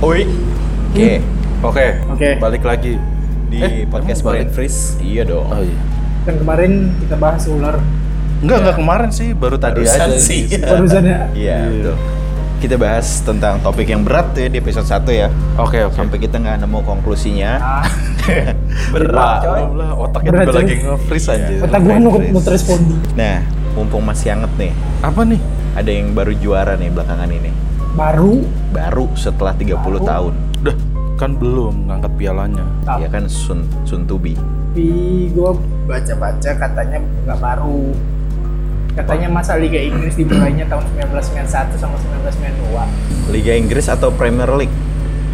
Oi. Oke. Oke. Oke. Balik lagi di Eh, podcast emang balik balik? freeze. Iya dong. Oh iya. Kan kemarin kita bahas ular. Enggak, enggak kemarin sih, baru tadi Barusan aja. sih. Barusan ya. Iya, betul. Kita bahas tentang topik yang berat ya di episode 1 ya. Oke, oke. Sampai kita nggak nemu konklusinya. Ah, berat. Belum lah, otak itu Berat, gue coy. lagi nge-freeze Iya, aja. otak gua nukut Chris. muter respondi. Nah, mumpung masih anget nih, Apa nih? ada yang baru juara nih belakangan ini. Baru Baru setelah 30 Baru. tahun. Dah, kan belum ngangkat pialanya. tapi Ya kan Sun Suntubi. gua baca-baca katanya nggak baru. Katanya masa Liga Inggris dimulainya tahun 1991 sama 1992. Liga Inggris atau Premier League.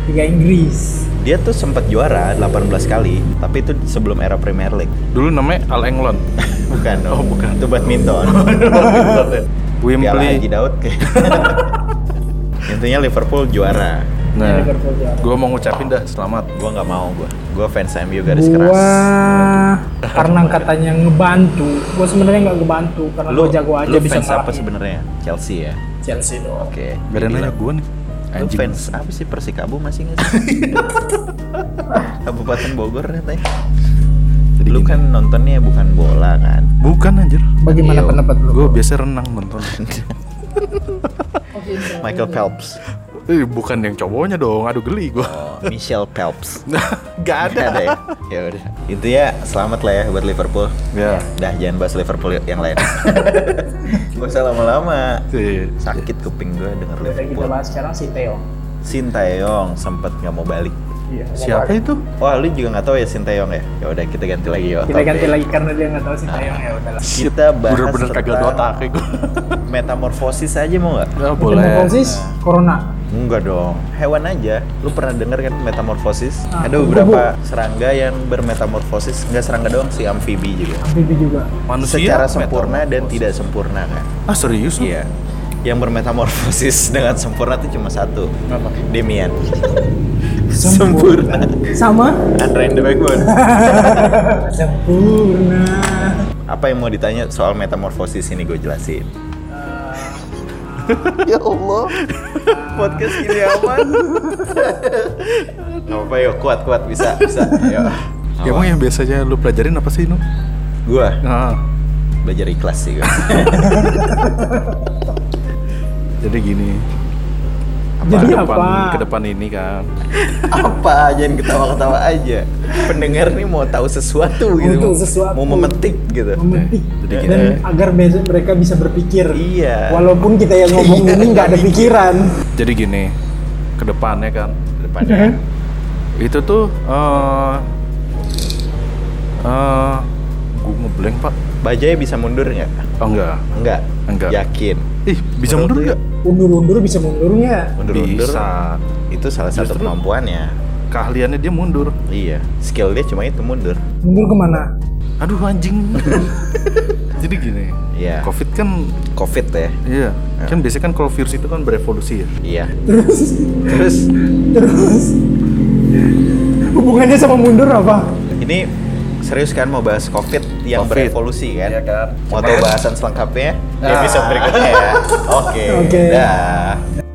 Liga Inggris. Dia tuh sempat juara 18 kali, tapi itu sebelum era Premier League. Dulu namanya Al Englon. Bukan dong. Oh, bukan. Itu badminton. ya? Piala Haji Wembley. Daud kayak. Intinya Liverpool juara. Nah, Iya, Liverpool juara. gue mau ngucapin dah selamat. Gua nggak mau gua. Gua fans MU garis gua keras. karena katanya ngebantu, gua sebenarnya nggak ngebantu karena Lu gua jago aja lu bisa fans apa ngalahin sebenarnya? Chelsea ya. Chelsea doang. Oke. Badan dibilang. nanya gue nih. Lu fans apa sih Persikabo masih nggak sih? Kabupaten Bogor katanya. Jadi Lu gini. kan nontonnya bukan bola kan? Bukan anjir. Bagaimana Iya. pendapat lu? Gue biasa renang nonton. Michael Phelps. Eh, bukan yang cowoknya dong. Aduh geli gue. Oh, Michelle Phelps. Gak ada. Nggak ya? Ya udah. Intinya selamat lah ya buat Liverpool. Ya. Dah jangan bahas Liverpool yang lain. Gak usah lama-lama. Sih. Sakit kuping gue denger Yang kita Liverpool. bahas sekarang si Theo. Sintayong sempet nggak mau balik. Iya. Siapa itu? Wah lu juga nggak tahu ya Sintayong ya? Ya udah kita ganti lagi yuk. Kita ganti topik. lagi karena dia nggak tahu si Tayong ya udahlah. Kita bahas Bener-bener kagak tentang- otak gue. Metamorfosis aja mau nggak? Nah, Metamorfosis corona. Enggak dong. Hewan aja. Lu pernah denger kan metamorfosis? Ah, Ada kupu-kupu. beberapa serangga yang bermetamorfosis. Nggak serangga doang sih, amfibi juga. Bibi juga. Manusia Secara sempurna dan tidak sempurna kan? Ah serius? lu? Iya. Yang bermetamorfosis dengan sempurna itu cuma satu. Apa? Demian. Sempurna. sempurna. Sama? Andre in the backbone. Sempurna. Apa yang mau ditanya soal metamorfosis ini gue jelasin. ya Allah. Podcast ini aman. Gak apa-apa yuk, kuat-kuat bisa, bisa. Yo. Ya, Emang yang biasanya lu pelajarin apa sih, Nu? Gue Nah, belajar ikhlas sih gue. jadi gini. Jadi ke depan- apa? Ke depan ini kan. apa jangan ketawa-ketawa aja pendengar nih mau tahu sesuatu gitu Untuk sesuatu. mau memetik gitu Memetik. Jadi gini. Dan agar besok mereka bisa berpikir. iya Walaupun kita yang ngomong Iya, ini nggak ada nggak pikiran. Jadi gini, ke depannya kan. depannya Itu tuh eh eh gua ngeblank, Pak. bajanya bisa mundur nggak Oh enggak. enggak Enggak. yakin Ih, Menurut bisa mundur lu enggak? Undur-undur bisa mundurnya. mundur-mundur Bisa. itu salah satu Justru- kemampuannya Keahliannya dia mundur. iya skill dia cuma itu mundur Mundur kemana? Aduh anjing. jadi gini. Iya. Covid kan covid ya iya, kan biasanya kan kalau virus itu kan berevolusi ya. iya Terus, terus terus. Hubungannya sama mundur apa? ini serius kan mau bahas covid yang Covid. berevolusi kan Iya kan. mau tahu bahasan selengkapnya di Ah. episode berikutnya ya oke Oke. dah